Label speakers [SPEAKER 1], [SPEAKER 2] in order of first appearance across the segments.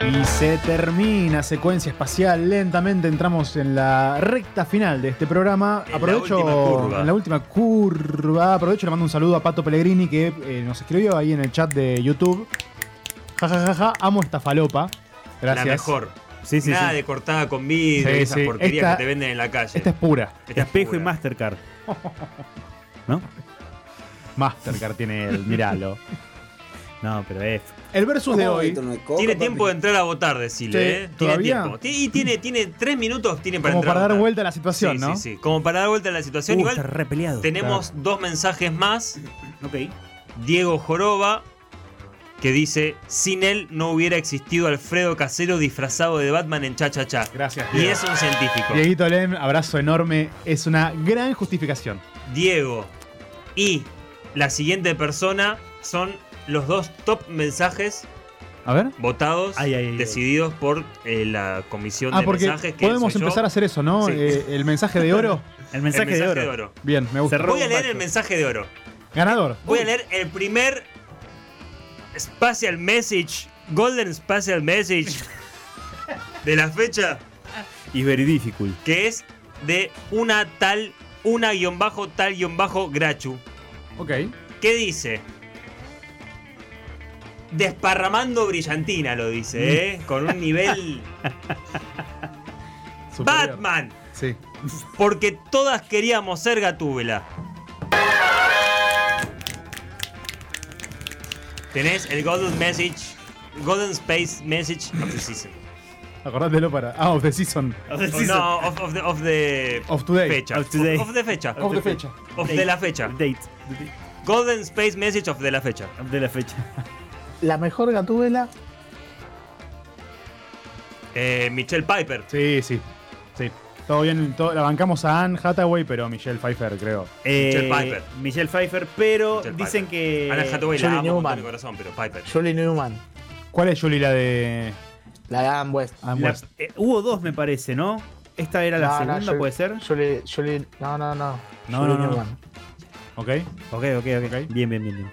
[SPEAKER 1] Y se termina secuencia espacial. Lentamente entramos en la recta final de este programa.
[SPEAKER 2] En la
[SPEAKER 1] aprovecho
[SPEAKER 2] última curva.
[SPEAKER 1] en la última curva. Aprovecho y le mando un saludo a Pato Pellegrini que eh, nos escribió ahí en el chat de YouTube. Ja, ja, ja, ja, amo esta falopa. Gracias.
[SPEAKER 2] La mejor.
[SPEAKER 3] Sí, sí,
[SPEAKER 2] Nada
[SPEAKER 3] sí.
[SPEAKER 2] de cortada con vidrio,
[SPEAKER 1] Sí,
[SPEAKER 2] esas
[SPEAKER 1] sí.
[SPEAKER 2] porquerías
[SPEAKER 1] Esta-
[SPEAKER 2] que te venden en la calle.
[SPEAKER 1] Esta es pura.
[SPEAKER 2] Esta es
[SPEAKER 3] Espejo y
[SPEAKER 2] pura.
[SPEAKER 3] Mastercard. ¿No?
[SPEAKER 1] Mastercard tiene el miralo.
[SPEAKER 3] No, pero es.
[SPEAKER 1] El versus de hoy.
[SPEAKER 2] Tiene tiempo de entrar a votar, decirle,
[SPEAKER 1] Sí,
[SPEAKER 2] ¿eh? Tiene
[SPEAKER 1] ¿todavía?
[SPEAKER 2] tiempo. Ti- Y tiene, tiene tres minutos tiene para
[SPEAKER 1] Como
[SPEAKER 2] entrar.
[SPEAKER 1] para
[SPEAKER 2] a
[SPEAKER 1] dar
[SPEAKER 2] votar.
[SPEAKER 1] vuelta a la situación,
[SPEAKER 2] sí,
[SPEAKER 1] ¿no?
[SPEAKER 2] Sí, sí. Como para dar vuelta a la situación.
[SPEAKER 3] Uh, está
[SPEAKER 2] Igual
[SPEAKER 3] re peleado.
[SPEAKER 2] tenemos dos mensajes más.
[SPEAKER 3] Ok.
[SPEAKER 2] Diego Joroba, que dice: Sin él no hubiera existido Alfredo Casero disfrazado de Batman en Cha Cha Cha.
[SPEAKER 1] Gracias.
[SPEAKER 2] Y
[SPEAKER 1] Diego.
[SPEAKER 2] es un científico.
[SPEAKER 1] Dieguito Lem, abrazo enorme. Es una gran justificación.
[SPEAKER 2] Diego y la siguiente persona son los dos top mensajes
[SPEAKER 1] A ver.
[SPEAKER 2] votados,
[SPEAKER 3] Ay, ay, ay, ay.
[SPEAKER 2] decididos por eh, la comisión
[SPEAKER 1] Ah,
[SPEAKER 2] de
[SPEAKER 1] porque
[SPEAKER 2] mensajes que
[SPEAKER 1] podemos
[SPEAKER 2] soy yo.
[SPEAKER 1] empezar a hacer eso, ¿no?
[SPEAKER 2] Sí.
[SPEAKER 1] Eh, el mensaje de oro.
[SPEAKER 3] El
[SPEAKER 2] el
[SPEAKER 3] mensaje, de, oro.
[SPEAKER 1] Bien, me gusta.
[SPEAKER 3] Cerró.
[SPEAKER 2] Voy a leer el mensaje de oro.
[SPEAKER 1] Ganador.
[SPEAKER 2] Voy a leer el primer Spatial Message, Golden Spatial Message de la fecha,
[SPEAKER 3] Y veridíficul.
[SPEAKER 2] que es de una tal, una guión bajo, tal guión bajo, Grachu.
[SPEAKER 1] Ok.
[SPEAKER 2] ¿Qué dice? Desparramando brillantina, lo
[SPEAKER 3] Mm.
[SPEAKER 2] dice, ¿eh? Con un nivel.
[SPEAKER 1] Superior.
[SPEAKER 2] ¡Batman!
[SPEAKER 1] Sí.
[SPEAKER 2] Porque todas queríamos ser Gatúbela. Tenés el Golden Message, Golden Space Message of the Season.
[SPEAKER 1] Acordátelo para. Ah, of the season.
[SPEAKER 2] Oh, no, of, of the, of the
[SPEAKER 1] Of today.
[SPEAKER 2] fecha.
[SPEAKER 3] Of today.
[SPEAKER 2] Of, the fecha.
[SPEAKER 1] Of the fecha.
[SPEAKER 2] Of de la fecha.
[SPEAKER 3] Date.
[SPEAKER 2] Golden Space Message of de la fecha.
[SPEAKER 3] De la fecha.
[SPEAKER 4] La mejor gatúbela.
[SPEAKER 2] Eh, Michelle Piper.
[SPEAKER 1] Sí, sí. Sí. Todo bien. todo- la bancamos a Anne Hathaway, pero Michelle Pfeiffer, creo.
[SPEAKER 2] Michelle
[SPEAKER 3] Eh,
[SPEAKER 2] Pfeiffer.
[SPEAKER 3] Michelle Pfeiffer, pero
[SPEAKER 2] Michelle
[SPEAKER 3] dicen que.
[SPEAKER 2] Ana Hathaway
[SPEAKER 4] Julie
[SPEAKER 2] la amo con todo
[SPEAKER 4] Newman.
[SPEAKER 2] mi corazón, pero Piper.
[SPEAKER 4] Julie Newman.
[SPEAKER 1] ¿Cuál es Julie la de
[SPEAKER 4] La de Adam West.
[SPEAKER 1] Adam
[SPEAKER 3] la-
[SPEAKER 1] West?
[SPEAKER 3] eh, hubo dos, me parece, ¿no? Esta era la
[SPEAKER 4] No, no,
[SPEAKER 3] segunda,
[SPEAKER 4] Julie-
[SPEAKER 3] ¿puede ser?
[SPEAKER 4] Julie, Julie- no, no, no.
[SPEAKER 1] No,
[SPEAKER 4] Julie
[SPEAKER 1] no, no.
[SPEAKER 4] Newman.
[SPEAKER 1] Ok.
[SPEAKER 3] Ok, ok, ok. Bien, bien, bien. bien.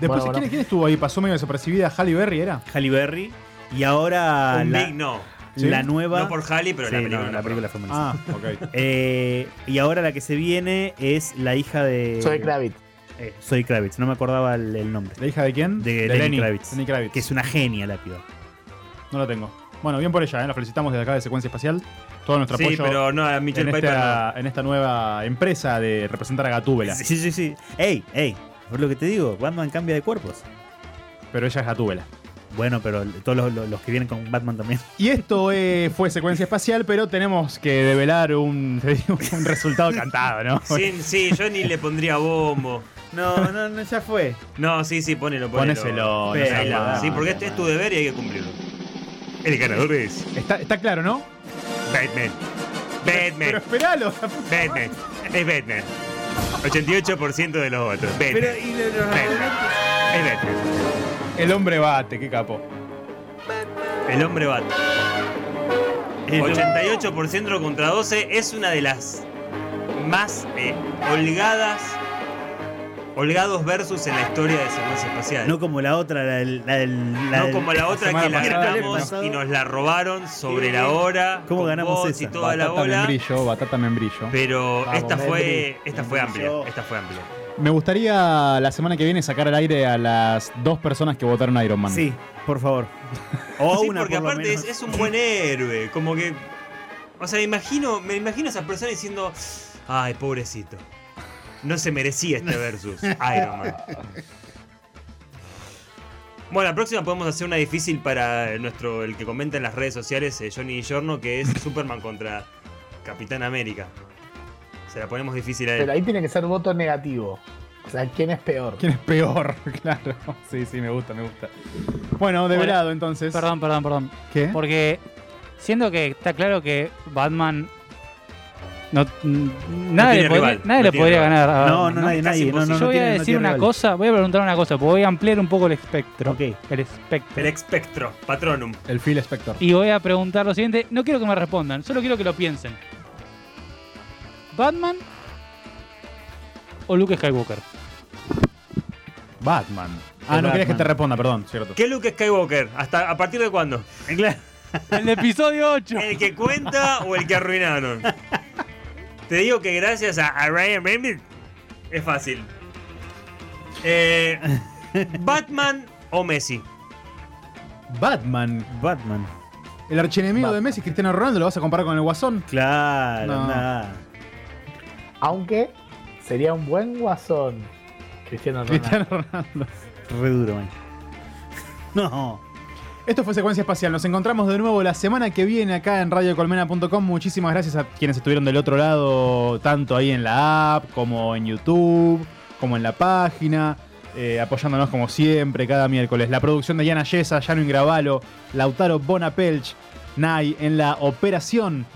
[SPEAKER 1] Después,
[SPEAKER 4] Bueno,
[SPEAKER 1] ¿quién,
[SPEAKER 4] bueno.
[SPEAKER 1] quién estuvo ahí? Pasó medio desapercibida. Halle Berry era.
[SPEAKER 3] Halle Berry. Y ahora
[SPEAKER 2] Un
[SPEAKER 3] la,
[SPEAKER 2] big no.
[SPEAKER 1] Sí.
[SPEAKER 3] la nueva.
[SPEAKER 2] No por Halle, pero
[SPEAKER 3] Sí,
[SPEAKER 2] la
[SPEAKER 3] no,
[SPEAKER 2] película. no.
[SPEAKER 3] fue malísima.
[SPEAKER 1] Ah, ok.
[SPEAKER 3] Eh, y ahora la que se viene es la hija de.
[SPEAKER 4] Soy Kravitz.
[SPEAKER 3] Eh, Zoe Kravitz, no me acordaba el, el nombre.
[SPEAKER 1] ¿La hija de quién?
[SPEAKER 3] De Lenny Kravitz.
[SPEAKER 1] Lenny Kravitz.
[SPEAKER 3] Que es una genia la piba.
[SPEAKER 1] No la tengo. Bueno, bien por ella, ¿eh? la felicitamos desde acá de Secuencia Espacial. Todo nuestro
[SPEAKER 2] Sí,
[SPEAKER 1] apoyo
[SPEAKER 2] pero no, a
[SPEAKER 1] en,
[SPEAKER 2] Michelle Piper no.
[SPEAKER 1] esta, en esta nueva empresa de representar a Gatúbela.
[SPEAKER 3] Sí, sí, sí. Ey, ey, por lo que te digo, Batman cambia de cuerpos.
[SPEAKER 1] Pero ella es Gatúbela.
[SPEAKER 3] Bueno, pero todos los, los- los que vienen con Batman también.
[SPEAKER 1] Y esto eh, fue Secuencia Espacial, pero tenemos que develar un, te digo, un resultado cantado, ¿no?
[SPEAKER 2] Sí, sí, yo ni le pondría bombo.
[SPEAKER 3] No, no, no, ya fue.
[SPEAKER 2] No, sí, sí, ponelo, ponelo.
[SPEAKER 1] Ponéselo. no
[SPEAKER 3] Pero-
[SPEAKER 1] seas
[SPEAKER 2] Bailá,
[SPEAKER 1] malo.
[SPEAKER 2] Sí, porque este es tu deber y hay que cumplirlo. El ganador es
[SPEAKER 1] Está, está claro, ¿no?
[SPEAKER 2] Batman.
[SPEAKER 1] Pero
[SPEAKER 2] Batman,
[SPEAKER 1] esperalo.
[SPEAKER 2] Batman, es Batman. 88% de los votos. Batman. Batman. Es Batman.
[SPEAKER 1] El hombre bate, qué capo.
[SPEAKER 2] El hombre bat. 88% contra 12 es una de las más eh, holgadas. Holgados versus en la historia de secuencia espacial.
[SPEAKER 3] No como la otra, la del. La del- la
[SPEAKER 2] no
[SPEAKER 3] del-
[SPEAKER 2] como la otra
[SPEAKER 1] semana
[SPEAKER 2] que la
[SPEAKER 1] pasada,
[SPEAKER 2] ganamos
[SPEAKER 3] ¿no?
[SPEAKER 2] y nos la robaron sobre la hora.
[SPEAKER 3] ¿Cómo
[SPEAKER 2] con
[SPEAKER 3] ganamos
[SPEAKER 2] bots
[SPEAKER 3] esa?
[SPEAKER 2] Y toda la
[SPEAKER 1] batata
[SPEAKER 2] bola.
[SPEAKER 1] membrillo, batata membrillo.
[SPEAKER 2] Pero
[SPEAKER 4] Vamos,
[SPEAKER 2] esta fue esta fue
[SPEAKER 3] Membrillo.
[SPEAKER 2] amplia, esta fue amplia.
[SPEAKER 1] Me gustaría la semana que viene sacar al aire a las dos personas que votaron a Iron Man.
[SPEAKER 3] Sí, por favor. O
[SPEAKER 2] sí,
[SPEAKER 3] una
[SPEAKER 2] porque
[SPEAKER 3] por lo
[SPEAKER 2] aparte es,
[SPEAKER 3] menos.
[SPEAKER 2] es un buen héroe, como que o sea, me imagino, me imagino a esa persona diciendo, "Ay, pobrecito. No se merecía este versus Iron Man." Bueno, la próxima podemos hacer una difícil para nuestro el que comenta en las redes sociales, eh, Johnny Giorno, que es Superman contra Capitán América. Se la ponemos difícil a él.
[SPEAKER 4] Pero ahí tiene que ser voto negativo. O sea, ¿quién es peor?
[SPEAKER 1] ¿Quién es peor? Claro. Sí, sí, me gusta, me gusta. Bueno, develado entonces.
[SPEAKER 5] Perdón, perdón, perdón.
[SPEAKER 1] ¿Qué?
[SPEAKER 5] Porque siendo que está claro que Batman no, n- nadie
[SPEAKER 2] tiene
[SPEAKER 5] le, podría-
[SPEAKER 2] rival,
[SPEAKER 5] nadie
[SPEAKER 2] no
[SPEAKER 5] le
[SPEAKER 2] tiene
[SPEAKER 5] podría
[SPEAKER 2] rival.
[SPEAKER 5] ganar. a
[SPEAKER 3] No,
[SPEAKER 5] Batman,
[SPEAKER 3] no,
[SPEAKER 2] Casi
[SPEAKER 3] nadie, nadie. No, no, no
[SPEAKER 5] Yo voy
[SPEAKER 3] tiene-
[SPEAKER 5] a
[SPEAKER 3] no
[SPEAKER 5] decir
[SPEAKER 3] tiene
[SPEAKER 5] una
[SPEAKER 3] rival.
[SPEAKER 5] cosa, voy a preguntar una cosa, porque voy a ampliar un poco el espectro.
[SPEAKER 3] Ok.
[SPEAKER 5] El espectro.
[SPEAKER 2] El espectro, Patronum.
[SPEAKER 1] El Phil Spector.
[SPEAKER 5] Y voy a preguntar lo siguiente. No quiero que me respondan, solo quiero que lo piensen. ¿Batman o Luke Skywalker?
[SPEAKER 1] Batman. Ah, no querías que te
[SPEAKER 3] Batman.
[SPEAKER 1] responda, perdón, cierto.
[SPEAKER 2] ¿Qué Luke Skywalker? ¿Hasta a partir de cuándo?
[SPEAKER 3] Claro.
[SPEAKER 5] El episodio 8.
[SPEAKER 2] ¿El que cuenta o el que arruinaron? Te digo que gracias a, a Ryan Reynolds es fácil. Eh, ¿Batman o Messi?
[SPEAKER 1] Batman.
[SPEAKER 3] Batman.
[SPEAKER 1] El archienemigo de
[SPEAKER 4] Batman.
[SPEAKER 1] Messi, Cristiano Ronaldo, lo vas a comparar con el Guasón.
[SPEAKER 3] Claro,
[SPEAKER 1] No.
[SPEAKER 3] nada.
[SPEAKER 4] Aunque sería un buen guasón. Cristiano Ronaldo.
[SPEAKER 1] Cristiano Ronaldo.
[SPEAKER 3] Re duro, man. No.
[SPEAKER 1] Esto fue Secuencia Espacial. Nos encontramos de nuevo la semana que viene acá en radiocolmena.com. Muchísimas gracias a quienes estuvieron del otro lado, tanto ahí en la app, como en YouTube, como en la página, eh, apoyándonos como siempre cada miércoles. La producción de Yana Yesa, Jano Ingravalo, Lautaro Bonapelch, Nay en la operación.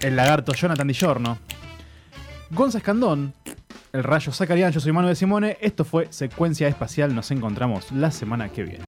[SPEAKER 1] El lagarto Jonathan Dillorno. Gonza Escandón, el rayo Zacarián, yo soy Manuel Simone. Esto fue Secuencia Espacial. Nos encontramos la semana que viene.